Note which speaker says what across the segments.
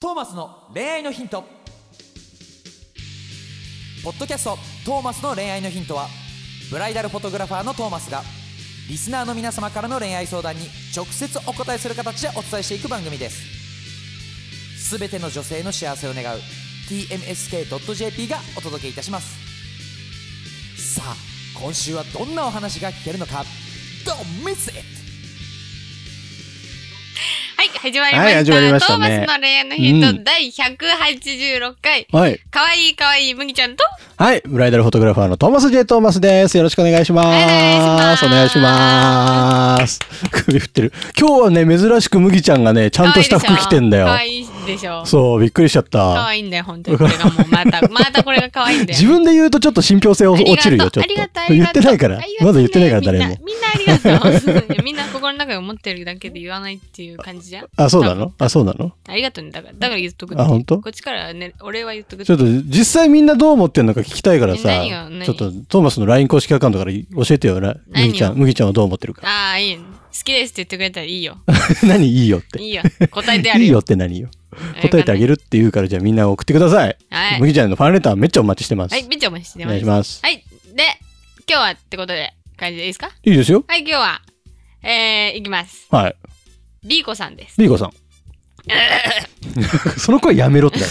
Speaker 1: トーマスの恋愛のヒントポッドキャスト「トーマスの恋愛のヒントは」ブライダルフォトグラファーのトーマスがリスナーの皆様からの恋愛相談に直接お答えする形でお伝えしていく番組ですすべての女性の幸せを願う TMSK.jp がお届けいたしますさあ今週はどんなお話が聞けるのか Don't miss it!
Speaker 2: はい、始まりました。
Speaker 3: はい始まりましたね
Speaker 2: トーマスの恋愛のヒント、
Speaker 3: うん
Speaker 2: 第186回。
Speaker 3: はい。
Speaker 2: かわいいかわいい麦ちゃんと、
Speaker 3: はい。ブライダルフォトグラファーのトーマス・ジェイ・トーマスです。よろしくお願いします。
Speaker 2: お
Speaker 3: お
Speaker 2: 願
Speaker 3: 願
Speaker 2: い
Speaker 3: い
Speaker 2: し
Speaker 3: し
Speaker 2: ま
Speaker 3: ます。首振ってる。今日はね、珍しく麦ちゃんがね、ちゃんとした服着てんだよ
Speaker 2: か。わいいでしょ。
Speaker 3: そう、びっくりしちゃっ
Speaker 2: かわ
Speaker 3: た。
Speaker 2: いいんだよ、本当に。これがもうま た、またこれがかわいいんだよ。
Speaker 3: 自分で言うとちょっと信憑性落ちるよ、ちょっ
Speaker 2: ありがとうあ
Speaker 3: と。
Speaker 2: り
Speaker 3: 言
Speaker 2: がと
Speaker 3: って
Speaker 2: う
Speaker 3: ないから
Speaker 2: あり。がとう
Speaker 3: まだ言ってないから、
Speaker 2: みん
Speaker 3: 誰も。
Speaker 2: みんなありがとう。みんな心の中で思ってるだけで言わないっていう感じじゃん。
Speaker 3: あ、そうなのあ、そうなの
Speaker 2: ありがとうね。だから、だから言っとくって。
Speaker 3: あ本当
Speaker 2: こっちからね、俺は言っとく
Speaker 3: ちょっと実際みんなどう思ってんのか聞きたいからさ、
Speaker 2: 何が何
Speaker 3: ちょっとトーマスの LINE 公式アカウントから教えてよ、ら
Speaker 2: 何を
Speaker 3: 麦ちゃん。麦ちゃんはどう思って るか。
Speaker 2: ああ、いいよ。好きですって言ってくれたらいいよ。
Speaker 3: 何いいよって。
Speaker 2: いいよ。答えてやる
Speaker 3: いいよ
Speaker 2: よ。
Speaker 3: って何よ。答えてあげ
Speaker 2: る。
Speaker 3: るって言うから、じゃあみんな送ってください。
Speaker 2: はい。
Speaker 3: 麦ちゃんのファンレターめっちゃお待ちしてます。
Speaker 2: はい、めっちゃお待ちして
Speaker 3: お
Speaker 2: ま
Speaker 3: 願い
Speaker 2: す
Speaker 3: し。ます。
Speaker 2: はい、で、今日はってことで、感じでいいですか
Speaker 3: いいですよ。
Speaker 2: はい、今日は、えー、いきます。
Speaker 3: はい。
Speaker 2: リーコさんです。
Speaker 3: リーコさ ん。その声やめろって。
Speaker 2: は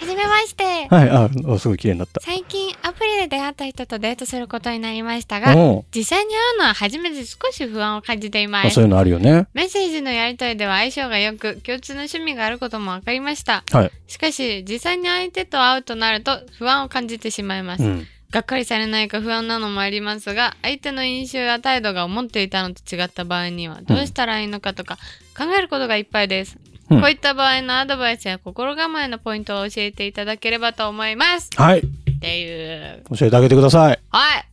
Speaker 2: じめまして。
Speaker 3: はい。あ、あすごい綺麗になった。
Speaker 2: 最近、アプリで出会った人とデートすることになりましたが、
Speaker 3: うん。
Speaker 2: 実際に会うのは初めて少し不安を感じていま
Speaker 3: あ
Speaker 2: す
Speaker 3: そう。いうのあるよね。
Speaker 2: メッセージのやり取りでは相性が良く、共通の趣味があることも分かりました。
Speaker 3: はい
Speaker 2: しかし、実際に相手と会うとなると不安を感じてしまいます
Speaker 3: う。ん。
Speaker 2: がっかりされないか不安なのもありますが相手の印象や態度が思っていたのと違った場合にはどうしたらいいのかとか考えることがいっぱいです、
Speaker 3: うん
Speaker 2: こういった場合のアドバイスや心構えのポイントを教えていただければと思います
Speaker 3: はい。
Speaker 2: っていう
Speaker 3: 教えてあげてください。
Speaker 2: はい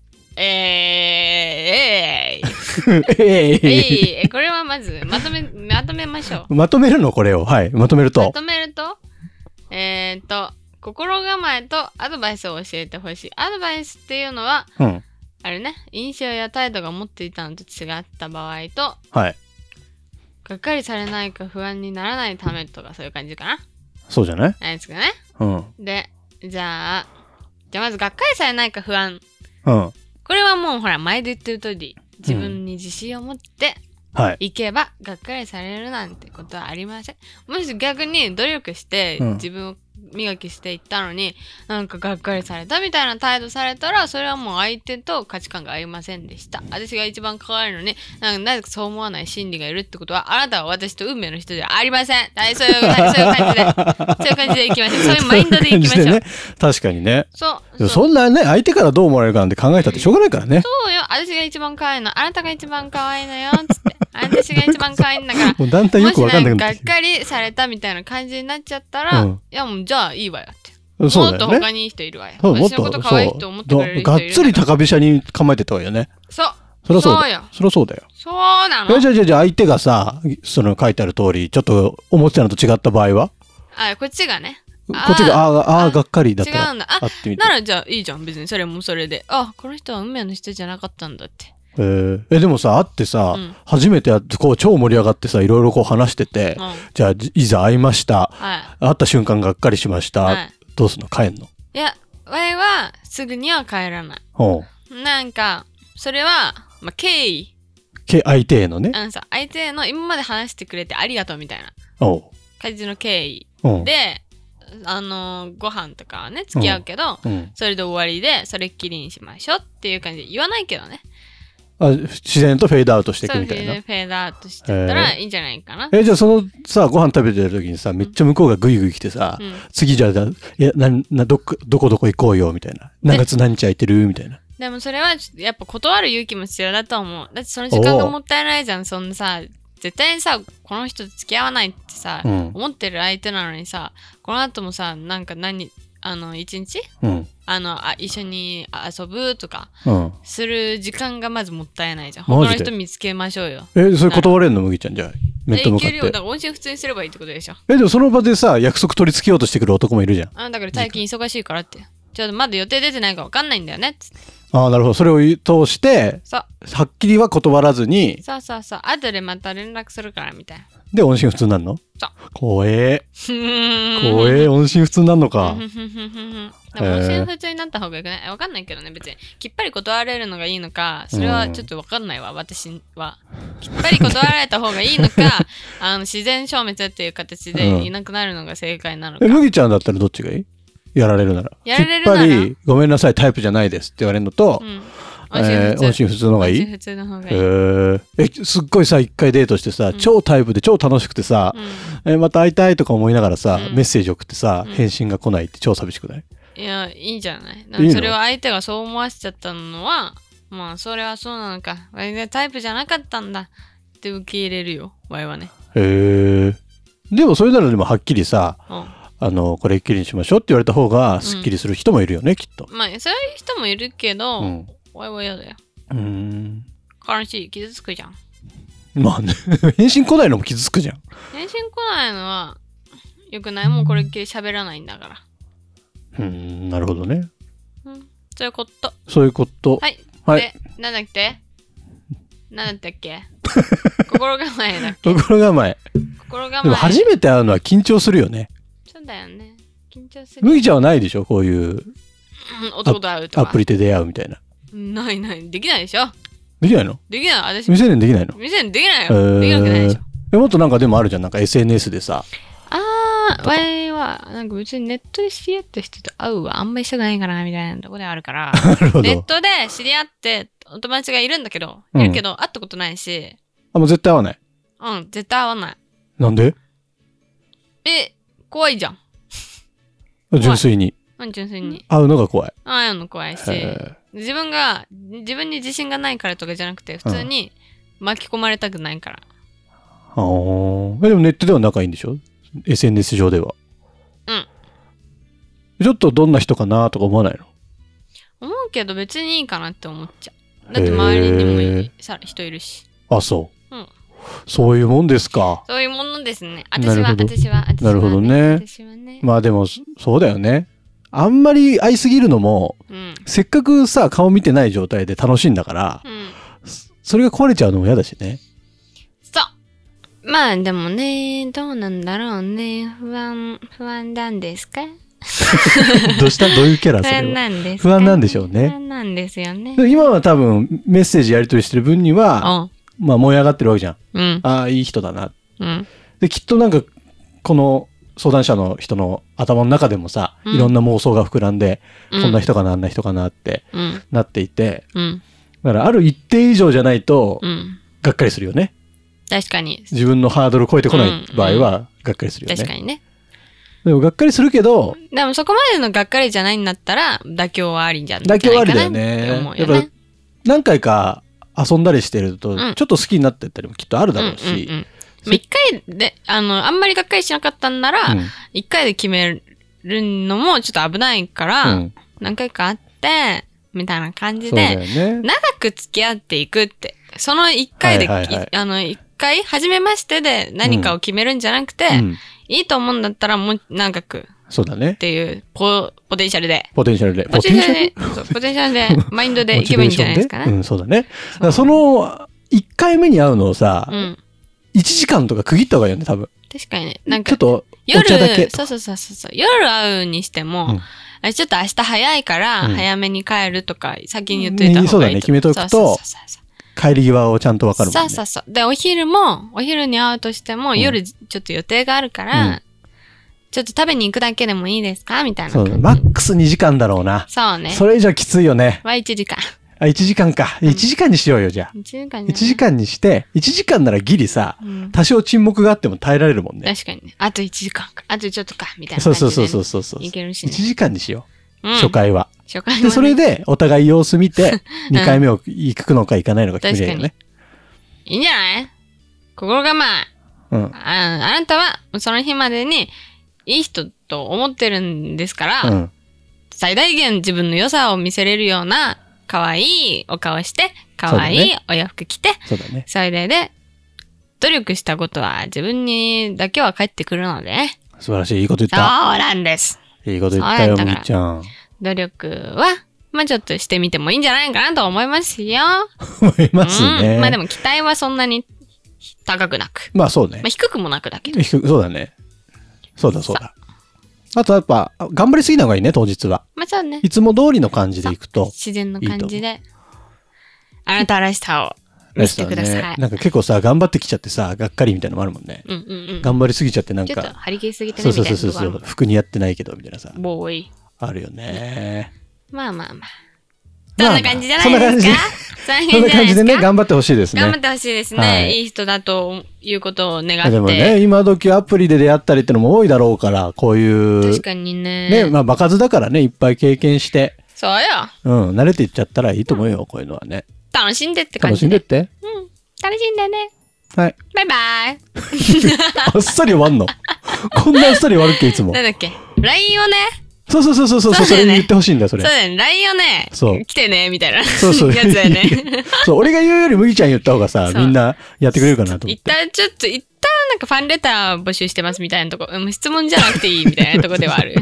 Speaker 2: えー、えー、
Speaker 3: え
Speaker 2: え
Speaker 3: い
Speaker 2: ー、えーこれはまずまとめまとめましょ
Speaker 3: まとめるのこれを。はい。まとめる
Speaker 2: うま
Speaker 3: と。
Speaker 2: とめるとえー、っと心構えとアドバイスを教えてほしいアドバイスっていうのは
Speaker 3: うん。
Speaker 2: あれね印象や態度が持っていたのと違った場合と
Speaker 3: はい。
Speaker 2: がっかりされないか不安にならないためとかそういう感じかな
Speaker 3: そうじゃない
Speaker 2: ないですかね
Speaker 3: うん。うん。
Speaker 2: でじゃあじゃあまずがっかりされないか不安
Speaker 3: は
Speaker 2: これはもうほら前で言ってる通り自分に自信を持って
Speaker 3: い。
Speaker 2: いけばがっかりされるなんてことはありませんもし逆に努力して
Speaker 3: うん
Speaker 2: 自分を磨きしていったのに、なんかがっかりされたみたいな態度されたらそれはもう相手と価値観が合いませんでした私が一番可愛いのになんかなぜかそう思わない心理がいるってことはあなたは私と運命の人じゃありませんはいそういうそういう感じでそういう感じでいきましょ うそういうマインドでいきましょう
Speaker 3: そういう感じでね。確かにね。
Speaker 2: そう
Speaker 3: で
Speaker 2: そう
Speaker 3: もそんなね、相手からどう思われるかなんて考えたってしょうがないからね。
Speaker 2: そうよ私が一番可愛いのあなたが一番可愛いのよつって私が一番可愛いんだから
Speaker 3: もうだんだんよくわかんなくなっ
Speaker 2: も
Speaker 3: て
Speaker 2: し
Speaker 3: き
Speaker 2: んかがっかりされたみたいな感じになっちゃったら、
Speaker 3: うん
Speaker 2: いやもうじゃあいいわよって。
Speaker 3: て。そうだ
Speaker 2: もっと
Speaker 3: よね。
Speaker 2: 他にいい人いるわよ。
Speaker 3: そうもっ
Speaker 2: 私の
Speaker 3: と
Speaker 2: こと可愛いと思ってくれる
Speaker 3: そう
Speaker 2: 人
Speaker 3: がっ
Speaker 2: いる
Speaker 3: つり高飛車に構えてたわよね
Speaker 2: そう。
Speaker 3: そりゃそうだ
Speaker 2: そうよ。
Speaker 3: そりゃそうだよ
Speaker 2: そうな
Speaker 3: え
Speaker 2: の。
Speaker 3: じゃあじゃあじゃあ相手がさその書いてある通りちょっと思ってたのと違った場合は
Speaker 2: あ、こっちがね。
Speaker 3: こっちがあーあーがっかりだったら
Speaker 2: 違うんだあ
Speaker 3: 会ってみて
Speaker 2: ならじゃあいいじゃん。別にそれもそれで。あ、この人は運命の人じゃなかったんだって。
Speaker 3: えーえでもさ会ってさ、
Speaker 2: うん
Speaker 3: 初めて会ってこう超盛り上がってさいろいろこう話してて、
Speaker 2: うん。はい。
Speaker 3: じゃあじいざ会いました会った瞬間がっかりしました、
Speaker 2: はい。
Speaker 3: どうすんの帰んの
Speaker 2: いや、わいはすぐには帰らない。
Speaker 3: おう
Speaker 2: なんか、それは、まあ、敬意。
Speaker 3: け相手へのね
Speaker 2: あのさ、相手の今まで話してくれてありがとうみたいな
Speaker 3: おう
Speaker 2: 感じの敬意。
Speaker 3: うん
Speaker 2: であのご飯とかはね付き合うけど、
Speaker 3: うん、
Speaker 2: それで終わりでそれっきりにしましょうっていう感じで言わないけどね
Speaker 3: あ自然とフェードアウトしてい
Speaker 2: そう
Speaker 3: く
Speaker 2: いう
Speaker 3: み
Speaker 2: フ
Speaker 3: たいな
Speaker 2: ェードアウトしてったらいいんじゃない かな、
Speaker 3: えじゃあそのさご飯食べてる時にさめっちゃ向こうがグイグイ来てさ、
Speaker 2: うん、
Speaker 3: 次じゃあだいやななどっかどこどこ行こうよみたいな何月何日空いてるみたいな
Speaker 2: でもそれはちょっとやっぱ断る勇気も必要だと思うだってその時間がもったいないじゃんそんなさ絶対にさこの人と付き合わないってさ、
Speaker 3: うん
Speaker 2: 思ってる相手なのにさこの後もさなんか何あの一日
Speaker 3: うん
Speaker 2: あのあ一緒に遊ぶとか
Speaker 3: うん
Speaker 2: する時間がまずもったいないじゃん
Speaker 3: マ
Speaker 2: 他
Speaker 3: ジ
Speaker 2: の
Speaker 3: で
Speaker 2: 人見つけましょうよ
Speaker 3: えそれ断れんの麦ちゃんじゃあ面と
Speaker 2: い
Speaker 3: 向か
Speaker 2: け
Speaker 3: っ
Speaker 2: るよだ
Speaker 3: て
Speaker 2: から音信不通にすればいいってことでしょ
Speaker 3: えでもその場でさ約束取り付けようとしてくる男もいるじゃん
Speaker 2: あだから最近忙しいからってちょっとまだ予定出てないか分かんないんだよねっつって
Speaker 3: ああなるほどそれを通して
Speaker 2: さ
Speaker 3: はっきりは断らずに
Speaker 2: さあさあさあ後でまた連絡するからみたいな
Speaker 3: で音信不通になるの
Speaker 2: そう
Speaker 3: 怖え
Speaker 2: ふーん
Speaker 3: おえー、音信不通になんのか。
Speaker 2: でも音信不通になった方がよくないわかんないけどね別にきっぱり断れるのがいいのかそれはちょっとわかんないわ、私はきっぱり断られた方がいいの かあの自然消滅っていう形
Speaker 3: うん
Speaker 2: でいなくなるのが正解なのか、
Speaker 3: え、麦ちゃんだったらどっちがいいやられるなら。
Speaker 2: やられるなら
Speaker 3: きっぱり、ごめんなさい、タイプじゃないですって言われるのと
Speaker 2: う、ん、
Speaker 3: えー音信不通の方がいい
Speaker 2: 音信不通の方がい
Speaker 3: え
Speaker 2: い、
Speaker 3: ーえ、すっごいさ、一回デートしてさ、超タイプで超楽しくてさ、え、また会いたいとか思いながらさ、
Speaker 2: うん
Speaker 3: メッセージ送ってさ、
Speaker 2: うん
Speaker 3: 返信が来ないって超寂しくない
Speaker 2: いやいいんじゃない
Speaker 3: いの
Speaker 2: それは相手がそう思わせちゃったのはまあそれはそうなのかわいねタイプじゃなかったんだって受け入れるよわいはね
Speaker 3: えーでもそれならでもはっきりさ、
Speaker 2: うん
Speaker 3: あの、これっきりにしましょうって言われた方が、すっきりする人もいるよね、きっと。
Speaker 2: まあそういう人もいるけど、
Speaker 3: うん。
Speaker 2: わいは嫌だよ
Speaker 3: うーん。
Speaker 2: 悲しい傷つくじゃん
Speaker 3: まあね、 返信来ないのも傷つくじゃん。
Speaker 2: 返信来ないのはよくないもうこれっきり喋らないんだから
Speaker 3: うーん、なるほどね。
Speaker 2: そういうこと
Speaker 3: そういうこと。
Speaker 2: はい、
Speaker 3: はい
Speaker 2: でなんだっけなんだっけ心構えだっけ
Speaker 3: ところ構え。
Speaker 2: 心構え
Speaker 3: でも初めて会うのは緊張するよね。
Speaker 2: そうだよね緊張する
Speaker 3: 麦ちゃんはないでしょこういう
Speaker 2: うん男と会うと
Speaker 3: ア
Speaker 2: か
Speaker 3: プリで出会うみたいな。
Speaker 2: ないないできないでしょ
Speaker 3: できないの
Speaker 2: できない私
Speaker 3: 未成年できないの
Speaker 2: 店にできない
Speaker 3: え
Speaker 2: よ
Speaker 3: ー
Speaker 2: できるわけないでしょ
Speaker 3: えもっとなんかでもあるじゃん。なんか SNS でさ。
Speaker 2: ああわいはなんか別にネットで知り合った人と会うはあんまりしたくないからみたいなとこではあるから
Speaker 3: なるほ
Speaker 2: ネッ
Speaker 3: ど。
Speaker 2: トで知り合ってお友達がいるんだけど、
Speaker 3: うん
Speaker 2: いるけど会ったことないし
Speaker 3: あ、もう絶対会わない。
Speaker 2: うん絶対会わない
Speaker 3: なんで
Speaker 2: え怖いじゃん
Speaker 3: 純粋に。
Speaker 2: うん純粋に
Speaker 3: 会うのが怖い。
Speaker 2: 会うの怖いし
Speaker 3: へ
Speaker 2: 自分が自分に自信がないからとかじゃなくて普通に巻き込まれたくないから
Speaker 3: ーあーえでもネットでは仲いいんでしょ ?SNS 上では。
Speaker 2: うん。
Speaker 3: ちょっとどんな人かなとか思わないの
Speaker 2: 思うけど別にいいかなって思っちゃうだって周りにもい
Speaker 3: へ
Speaker 2: さ人いるし
Speaker 3: あ、そう。
Speaker 2: うん
Speaker 3: そういうもんですか。
Speaker 2: そういうものですね
Speaker 3: な
Speaker 2: 私
Speaker 3: る
Speaker 2: は
Speaker 3: ほど
Speaker 2: 私は私は
Speaker 3: なるほどね
Speaker 2: 私はね、
Speaker 3: まあでも、そそうだよね。あんまり会いすぎるのも、
Speaker 2: うん
Speaker 3: せっかくさ、顔見てない状態で楽しいんだから、
Speaker 2: うん
Speaker 3: そそれが壊れちゃうのも嫌だしね。
Speaker 2: そうまあでもねどうなんだろうね不安不安なんですか
Speaker 3: どうしたどういうキャラ
Speaker 2: 不
Speaker 3: そ
Speaker 2: 安
Speaker 3: れは。
Speaker 2: なんですか
Speaker 3: 不安なんでしょうね
Speaker 2: 不安なんですよね
Speaker 3: でも今は多分、メッセージやり取りしてる分には、
Speaker 2: あ
Speaker 3: まあ燃え上がってるわけじゃん。
Speaker 2: うん
Speaker 3: ああ、いい人だな。
Speaker 2: うん
Speaker 3: で、きっとなんか、この相談者の人の頭の中でもさ、
Speaker 2: うん
Speaker 3: いろんな妄想が膨らんで、
Speaker 2: うん
Speaker 3: こんな人かな、あんな人かなって
Speaker 2: うん
Speaker 3: なっていて、
Speaker 2: うん
Speaker 3: だからある一定以上じゃないと、
Speaker 2: うん
Speaker 3: がっかりするよね。
Speaker 2: 確かに
Speaker 3: 自分のハードル超えてこない場合は、がっかりするよ
Speaker 2: 確か
Speaker 3: ね。
Speaker 2: にね
Speaker 3: でもがっかりするけど、
Speaker 2: でもそこまでのがっかりじゃないんだったら妥協はありんじゃない
Speaker 3: 妥協はありだよ
Speaker 2: って
Speaker 3: ね
Speaker 2: 思。う
Speaker 3: や
Speaker 2: よ
Speaker 3: っぱ
Speaker 2: ね
Speaker 3: 何回か遊んだりしてると、
Speaker 2: ん
Speaker 3: ちょっと好きになってったりもきっとあるだろうし
Speaker 2: うんうんうんまあ一回であのあんまりがっかりしなかったんなら
Speaker 3: うん
Speaker 2: 一、回で決めるのもちょっと危ないから、
Speaker 3: うん
Speaker 2: 何回かあってみたいな感じ
Speaker 3: そうだ
Speaker 2: で
Speaker 3: よね。
Speaker 2: 長く付き合っていくってその一回で、
Speaker 3: はいはいはい
Speaker 2: いあの一回初めましてで何かを決めるんじゃなくて、
Speaker 3: うん
Speaker 2: いいと思うんだったらもう長くっ
Speaker 3: そうだね。
Speaker 2: ていうポポテンシャルで
Speaker 3: ポテンシャルで。
Speaker 2: ポテンシャルで
Speaker 3: ポ
Speaker 2: そうポテンシャルでマインド でいけばいいんじゃないですか
Speaker 3: モチベーションで
Speaker 2: ね。
Speaker 3: うん、そうだね。だからその、1回目に会うのをさ、
Speaker 2: うん
Speaker 3: 1時間とか区切った方がいいよね、多分。
Speaker 2: 確かにね。なん
Speaker 3: ちょ
Speaker 2: か
Speaker 3: っ、と、お
Speaker 2: 夜
Speaker 3: 茶だけ、とか
Speaker 2: そうそうそうそう、夜会うにしても、あちょっと明日早いから、
Speaker 3: うん
Speaker 2: 早めに帰るとか、先に言っといた
Speaker 3: ね
Speaker 2: 方
Speaker 3: そう
Speaker 2: が
Speaker 3: だ
Speaker 2: いい
Speaker 3: ね
Speaker 2: と。
Speaker 3: 決めとくと
Speaker 2: そうそうそうそう
Speaker 3: 帰り際をちゃんとわかるもん
Speaker 2: そ
Speaker 3: ね。
Speaker 2: うそうそう。で、お昼も、お昼に会うとしても、
Speaker 3: ん
Speaker 2: 夜ちょっと予定があるか
Speaker 3: う
Speaker 2: ら
Speaker 3: ん、
Speaker 2: ちょっと食べに行くだけでもいいですかみたいな
Speaker 3: そ
Speaker 2: 感
Speaker 3: う
Speaker 2: じ
Speaker 3: だ。ねマックス2時間だろうな。
Speaker 2: そうね。
Speaker 3: それ以上きついよね。
Speaker 2: は1時間。
Speaker 3: あ、1時間か。1時間にしようよ、じゃあ。
Speaker 2: 1時間
Speaker 3: 1時。間にして、1時間ならギリさ、
Speaker 2: うん
Speaker 3: 多少沈黙があっても耐えられるもんね。
Speaker 2: 確かにね。あと1時間か。あとちょっとか。みたいな
Speaker 3: そ
Speaker 2: 感
Speaker 3: う
Speaker 2: じで
Speaker 3: そう
Speaker 2: ね。
Speaker 3: そうそうそうそう。
Speaker 2: いけるし
Speaker 3: 1
Speaker 2: ね
Speaker 3: 時間にしよう。
Speaker 2: うん
Speaker 3: 初。回は。
Speaker 2: 初回はね
Speaker 3: で、それで、お互い様子 見て、2回目を行くのか行かないのか決めるよね。
Speaker 2: いいんじゃない心構え。
Speaker 3: うん。
Speaker 2: ああなたはその日までにいい人と思ってるんですから、
Speaker 3: うん。
Speaker 2: 最大限自分の良さを見せれるような可愛いお顔して可愛
Speaker 3: そう
Speaker 2: いお洋服着て、
Speaker 3: そうだね。
Speaker 2: 最大で努力したことは自分にだけは返ってくるのでね
Speaker 3: 素晴らしい。いいこと言っ
Speaker 2: そう
Speaker 3: た。
Speaker 2: なんです
Speaker 3: いいこと言ったよ、
Speaker 2: そうなんだから
Speaker 3: 麦ちゃん。
Speaker 2: 努力はまあちょっとしてみてもいいんじゃないかなと思いますよ、
Speaker 3: 思います
Speaker 2: う
Speaker 3: ね。
Speaker 2: ん、まあで
Speaker 3: も。
Speaker 2: も期待はそんなに高くなく、
Speaker 3: まあそうね
Speaker 2: まあ、。低くもなくだけど
Speaker 3: 低くそうだね。そうだそうだ。あとやっぱ、頑張りすぎない方がいいね、当日は。
Speaker 2: まあそうね
Speaker 3: いつも通りの感じでいくと。
Speaker 2: 自然の感じであなたらしさを見せてください、
Speaker 3: ね。なんか結構さ、頑張ってきちゃってさ、がっかりみたいなのもあるもんね。
Speaker 2: うんうんうん
Speaker 3: 頑張りすぎちゃってなん
Speaker 2: ちょっと
Speaker 3: か、
Speaker 2: 張り切りすぎて
Speaker 3: そ
Speaker 2: ね
Speaker 3: う
Speaker 2: みた
Speaker 3: そ
Speaker 2: いうな
Speaker 3: そう
Speaker 2: とこ
Speaker 3: そ
Speaker 2: ろ
Speaker 3: う、服に合ってないけどみたいなさ、
Speaker 2: ボーイ
Speaker 3: あるよね。
Speaker 2: まあまあまあ
Speaker 3: まあ
Speaker 2: そん
Speaker 3: まあ
Speaker 2: な感じじゃないですかそん
Speaker 3: そんな感じでね、
Speaker 2: な感じゃないすか
Speaker 3: 頑張ってほしいですね。
Speaker 2: 頑張ってほしいですね、
Speaker 3: はい
Speaker 2: い、い人だということを願って
Speaker 3: でもね、今時アプリで出会ったりってのも多いだろうから、こういう
Speaker 2: 確、かに
Speaker 3: ね、まあ、場数だからね、いっぱい経験して、
Speaker 2: そうよ
Speaker 3: うん、慣れていっちゃったらいいと思うよ、こういうのはね。
Speaker 2: 楽しんでって感
Speaker 3: 楽し
Speaker 2: じ
Speaker 3: んで
Speaker 2: で
Speaker 3: って。
Speaker 2: うん楽しんでね
Speaker 3: はい。
Speaker 2: バイバイ
Speaker 3: あっさり終わんの。こんなあっさり終わるっけ、いつも
Speaker 2: な。んだっけ LINE をね
Speaker 3: そうそうそうそうそ う、
Speaker 2: そう
Speaker 3: そ
Speaker 2: だ
Speaker 3: れ
Speaker 2: よね
Speaker 3: に言ってほしいんだよ、
Speaker 2: そ
Speaker 3: そ
Speaker 2: う
Speaker 3: れ。
Speaker 2: だよね LINE をね
Speaker 3: そう
Speaker 2: 来てねみたいな
Speaker 3: そうそ う。
Speaker 2: やつだよ ね
Speaker 3: そう、俺が言うより麦ちゃん言った方がさ、
Speaker 2: そう
Speaker 3: みんなやってくれるかなと思っ
Speaker 2: 一
Speaker 3: て。
Speaker 2: 旦ちょっと一旦なんかファンレター募集してますみたいなとこうん質問じゃなくていいみたいなとこではあ る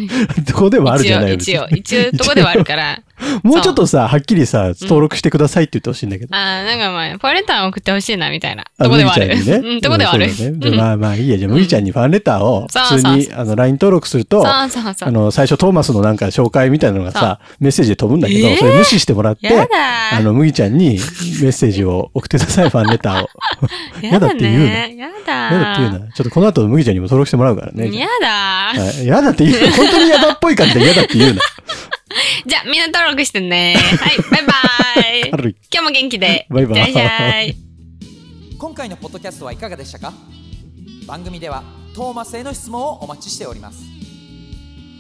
Speaker 3: どこでもあるじ
Speaker 2: 一
Speaker 3: ゃ
Speaker 2: 応
Speaker 3: ない
Speaker 2: 一応一応とこではあるから
Speaker 3: もうちょっとさ、はっきりさ、登録してくださいって言ってほしいんだけど。
Speaker 2: あーなんかまあファンレター送ってほしいなみたいな
Speaker 3: あ
Speaker 2: とこではある、
Speaker 3: 麦ちゃんに ね。
Speaker 2: うんとこではある、
Speaker 3: うんそうだねじゃ
Speaker 2: うん
Speaker 3: あまあまあいいや。じゃあ、麦ちゃんにファンレターを
Speaker 2: そう
Speaker 3: 普
Speaker 2: そ
Speaker 3: 通
Speaker 2: う
Speaker 3: に、あの、LINE 登録すると、あ
Speaker 2: そうそうそう
Speaker 3: の、最初トーマスのなんか紹介みたいなのがさ、メッセージで飛ぶんだけ
Speaker 2: え
Speaker 3: ど、
Speaker 2: ー
Speaker 3: それ無視してもらっ
Speaker 2: や
Speaker 3: て、
Speaker 2: だ
Speaker 3: あの、麦ちゃんにメッセージを送ってください、ファンレタ ーを。
Speaker 2: や
Speaker 3: やだ
Speaker 2: だ
Speaker 3: って言うな。
Speaker 2: ねやだ
Speaker 3: やだって言うな。ちょっとこの後、麦ちゃんにも登録してもらうからね。
Speaker 2: やだ
Speaker 3: はいやだって言うな。本当にやだっぽい感じで嫌だって言うな。
Speaker 2: じゃあみんな登録してねはいバイ バ
Speaker 3: は
Speaker 2: イ
Speaker 3: い
Speaker 2: 今日も元気で
Speaker 3: バイバイ
Speaker 2: いってらっしゃい
Speaker 1: 今回のポッドキャストはいかがでしたか番組ではトーマスへの質問をお待ちしております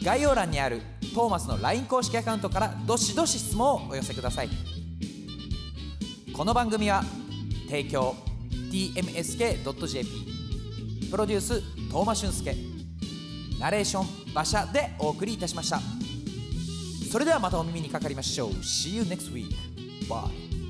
Speaker 1: 概要欄にあるトーマスの LINE 公式アカウントからどしどし質問をお寄せくださいこの番組は提供 tmsk.jp プロデューストーマ俊介ナレーション馬車でお送りいたしましたそれではまたお耳にかかりましょう See you next week Bye